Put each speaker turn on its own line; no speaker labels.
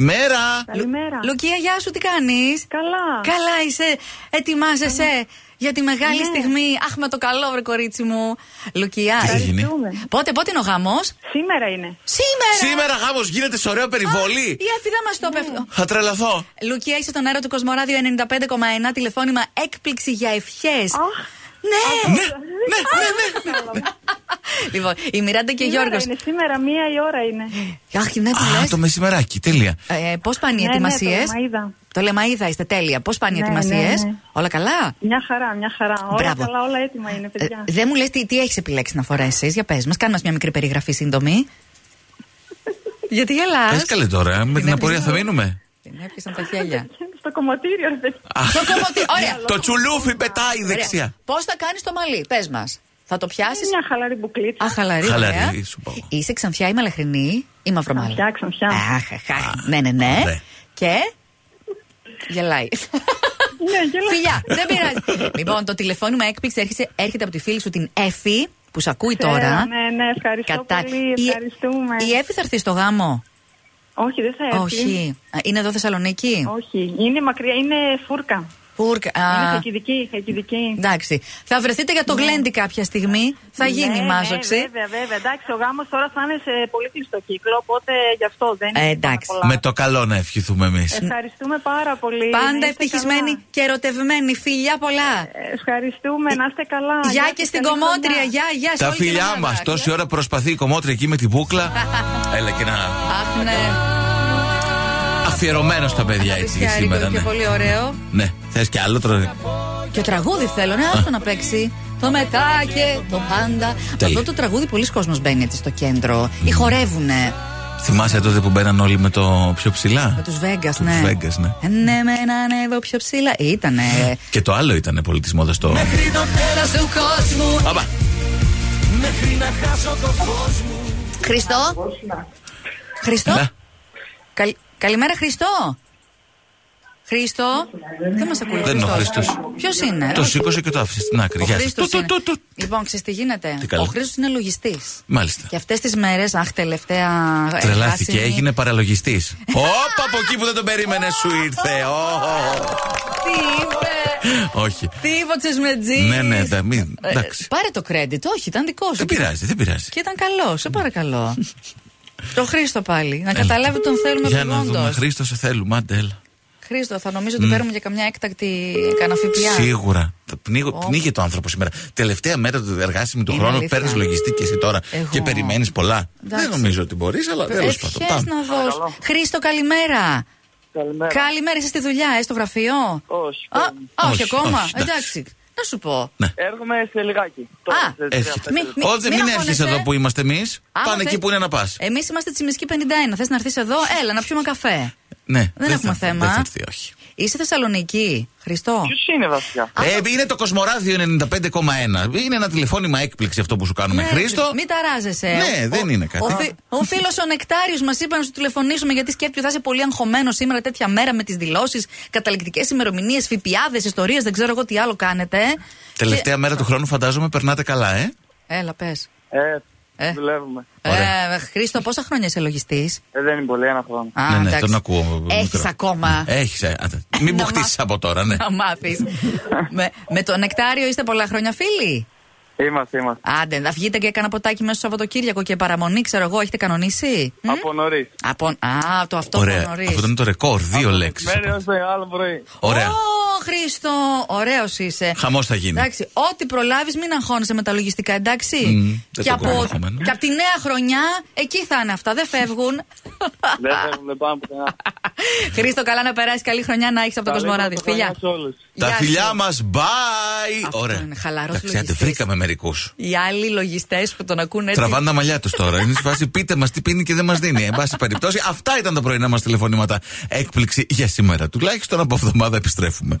Καλημέρα!
Καλημέρα.
Λουκία, γεια σου, τι κάνεις.
Καλά.
Καλά είσαι, ετοιμάζεσαι για τη μεγάλη
Ναι.
στιγμή. Αχ, με το καλό, βρε κορίτσι μου. Λουκία,
Τι έγινε?
Ευχαριστούμε.
πότε, πότε είναι ο γαμό.
Σήμερα είναι.
Σήμερα!
Σήμερα γάμος γίνεται σε ωραίο περιβόλι!
Η Αφίδα μας
Ναι.
το πέφτει.
Θα τρελαθώ!
Λουκία, είσαι στον αέρα του Κοσμοράδιου 95,1 τηλεφώνημα έκπληξη για ευχές.
Αχ,
Ναι!
Ναι, ναι, ναι, ναι, ναι.
λοιπόν, η Μιράντα και ο
σήμερα
Γιώργος.
είναι. Σήμερα μία η ώρα Ναι, είναι.
Αχ, ναι, που
Α,
λες.
το μεσημεράκι, τέλεια.
Ε, Πώς πάνε οι
Ναι, ναι,
ετοιμασίε.
το Λεμαΐδα.
το Λεμαίδα είστε τέλεια. Πώς πάνε οι
Ναι, ναι,
ετοιμασίες.
ναι.
Όλα καλά.
Μια χαρά, μια χαρά. Όλα
Μπράβο.
καλά, όλα έτοιμα είναι,
Ε,
παιδιά.
Δεν μου λες τι, τι έχεις επιλέξει να φορέσεις. Για πες μας, κάνε μας μια μικρή περιγραφή σύντομη. Γιατί γελάς.
Πες καλέ τώρα, με την
έπιασα.
απορία θα μείνουμε.
Την έπιασαν τα χέρια.
Στο κομμωτήριο, ρε παιδιά.
Α,
Το κομμωτή- ωραία.
Το τσουλούφι πετάει δεξιά.
Πώς θα κάνεις το μαλλί, πες μας. Θα το πιάσεις.
Είναι Μια χαλαρή μπουκλίτσα.
Α, χαλαρή.
Χαλαρή,
ωραία.
σου πω.
Είσαι ξανθιά ή μαλαχρινή ή μαυρομάλη.
Ξανθιά, ξανθιά.
Αχ, αχ, αχ. Ναι, ναι, ναι.
Ωραία.
Και. Γελάει.
Ναι, γελάω.
Φιλιά, δεν πειράζει. λοιπόν, το τηλεφώνημα έκπληξη έρχεται, έρχεται από τη φίλη σου την Εφη που σ' ακούει
Ξέρω,
τώρα.
Ναι, ναι, ευχαριστώ
Κατά-
πολύ.
Η-
Ευχαριστούμε.
Η Εφη θα έρθει στο γάμο.
Όχι, δεν θα έρθει.
Όχι. Α, Είναι εδώ Θεσσαλονίκη.
Όχι, είναι μακριά, είναι φούρκα.
Πούρκα.
Είναι
Α,
χακιδική, χακιδική.
εντάξει. Θα βρεθείτε για το γλέντι κάποια στιγμή. Θα γίνει
ναι, Ναι,
μάζοξη.
βέβαια, βέβαια. Εντάξει, ο γάμος τώρα θα είναι σε πολύ κλειστό κύκλο, οπότε γι' αυτό δεν
Ε,
είναι.
εντάξει.
πολλά.
Με το καλό να ευχηθούμε εμείς.
Ευχαριστούμε πάρα πολύ. Να
Πάντα
είστε
ευτυχισμένοι
καλά. Ε,
και ερωτευμένοι. Φιλιά πολλά.
Ευχαριστούμε, να είστε καλά.
Γεια
σας,
και στην
ε, καλή
κομμότρια.
χρονιά.
Γεια, γεια. σε
Τα
όλη την
φιλιά
ομάδα.
μας, τόση ώρα προσπαθεί η κομμότρια εκεί με την μπουκλα. Έλα και να
Αχ, ναι.
αφιερωμένο στα παιδιά έτσι για
Βυσιάρικο
σήμερα.
και
ναι.
πολύ ωραίο.
Ναι, θες και άλλο τώρα.
Και τραγούδι θέλω, ναι, άστο να παίξει. Το μετά και το πάντα. Με
Τέλεια.
αυτό το τραγούδι πολλοί κόσμος μπαίνει έτσι στο κέντρο. Οι χορεύουνε.
Θυμάσαι τότε που μπαίναν όλοι με το πιο ψηλά.
Με τους Βέγγα,
Με
ναι.
τους Vegas, ναι.
Ε, Ναι, με να ανέβω πιο ψηλά. Ήτανε.
Και το άλλο ήταν πολιτισμό το.
Τέλος του κόσμου.
Άμπα.
Χριστό. Χριστό.
Να.
Καλη- Καλημέρα, Χριστό. Χριστό. Δεν μας ακούει.
Δεν είναι ο Χριστός.
Ποιος είναι.
Το σήκωσε και το άφησε στην άκρη.
Ο
Γεια σας.
Χρήστος
Του,
είναι.
του, του, του.
Λοιπόν, ξέρεις τι γίνεται.
Τι καλά.
Ο Χρήστος είναι λογιστής.
Μάλιστα.
Και αυτές τις μέρες, αχ, τελευταία. ε,
Τρελάθηκε,
εργάσιμη-
έγινε παραλογιστής. Όπα από εκεί που δεν τον περίμενε, σου ήρθε. Ω, ω,
Τι είπε.
ω. Όχι.
Τύποτσες με τζι.
Ναι, ναι, τα- μην- εντάξει.
Πάρε το credit, όχι, ήταν δικό σου.
Δεν πειράζει, δεν πειράζει.
Και ήταν καλό, σε παρακαλώ. το Χρήστο πάλι. Να καταλάβει ότι τον θέλουμε
Ε, Για να δούμε,
επιγόντω.
Χρήστο, σε θέλουμε, άντε, έλα.
Χρήστο, θα νομίζω ότι παίρνουμε για καμιά έκτακτη καναφιπιά.
Σίγουρα. Τα πνίγω- Πνίγεται ο άνθρωπο σήμερα. Τελευταία μέρα του εργάσιμου του
Είναι
χρόνου
αλήθεια.
παίρνεις λογιστή και εσύ τώρα
Εγώ.
και περιμένεις πολλά.
Εντάξει.
Δεν νομίζω ότι μπορείς, αλλά τέλος πάντων.
Ευχέ
Πάμε.
Ε, να δώσω. Χρήστο, καλημέρα.
Καλημέρα.
Καλημέρα, είσαι στη δουλειά, ε, στο γραφείο.
Όχι,
Α,
παίρνει.
α,
Όχι,
όχι ακόμα.
όχι, εντάξει.
Εντάξει. Να σου πω.
Ναι.
Έρχομαι σε λιγάκι.
Α,
σε
Έρχεται.
τρία,
Μη- μη-
τέσσερα.
Όχι,
μην
μην
αγχώνεσαι.
έρχεσαι εδώ που είμαστε εμείς.
Άμα
Πάνε
θες-
εκεί που είναι να πας.
Εμείς είμαστε Τσιμισκή 51. Θες να έρθεις εδώ, έλα να πιούμε καφέ.
Ναι,
Δεν, έχουμε
θα-
θέμα.
Δεν θα έρθει, όχι.
Είσαι Θεσσαλονίκη, Χριστό.
Ποιος είναι βασικά.
Ε, είναι το Κοσμοράδιο 95,1. Είναι ένα τηλεφώνημα έκπληξη αυτό που σου κάνουμε,
Ναι,
Χρήστο.
Μην ταράζεσαι.
Ναι,
Ο-
δεν είναι κάτι.
Ο, φι- ο φίλος ο Νεκτάριος μας είπε να σου τηλεφωνήσουμε γιατί σκέφτηκε ότι θα είσαι πολύ αγχωμένος σήμερα τέτοια μέρα με τις δηλώσεις, καταληκτικές ημερομηνίες, φιπιάδες, ιστορίες, δεν ξέρω εγώ τι άλλο κάνετε.
Τελευταία μέρα του χρόνου φαντάζομαι περνάτε καλά, ε.
Έλα, πες.
Ε,
Ε.
δουλεύουμε.
Ωραία.
Ε, Χρήστο, πόσα χρόνια είσαι λογιστής.
Ε, δεν είναι πολύ, ένα χρόνο.
Α,
ναι, ναι,
εντάξει.
τον ακούω. Ναι.
Έχεις ακόμα.
Έχεις. ε, Μην
Να
μου χτίσεις
μάθω.
από τώρα, ναι.
Να μάθεις. με, με τον Νεκτάριο είστε πολλά χρόνια φίλοι.
Είμαστε, είμαστε.
Άντε, να βγείτε και κάνα ποτάκι μέσα στο Σαββατοκύριακο και παραμονή, ξέρω εγώ, έχετε κανονίσει. Μμ?
Από νωρίς.
Από... Α, το αυτό
Ωραία.
από νωρίς.
Αυτό ήταν το ρεκόρ. Δύο λέξει.
Μέρι ως το άλλο πρωί.
Ωραία.
Ω, Χρήστο, ωραίος είσαι.
Χαμός θα γίνει.
Εντάξει, ό,τι προλάβεις, μην αγχώνεσαι με τα λογιστικά, εντάξει.
Μμ, δεν
και,
το
από,
προλαβαίνω.
και από τη νέα χρονιά, εκεί θα είναι αυτά, δεν φεύγουν.
Δεν φεύγουμε, πάμε πουθενά.
Χρήστο, καλά να περάσεις. Καλή χρονιά να έχεις από τον
Καλή
Κοσμοράδη.
χρονιά
Φιλιά.
σε όλους.
Τα
Γεια
φιλιά
σου.
μας, bye!
Αυτό
Ωραία.
είναι χαλαρός
Εντάξει, άντε,
λογιστής.
βρήκαμε μερικού.
Οι άλλοι λογιστές που τον ακούνε έτσι.
Τραβάνε τα μαλλιά τους τώρα. Είναι στη φάση πείτε μας τι πίνει και δεν μας δίνει. Εν πάση περιπτώσει, αυτά ήταν τα πρωινά μας τηλεφωνήματα έκπληξη για σήμερα. Τουλάχιστον από εβδομάδα επιστρέφουμε.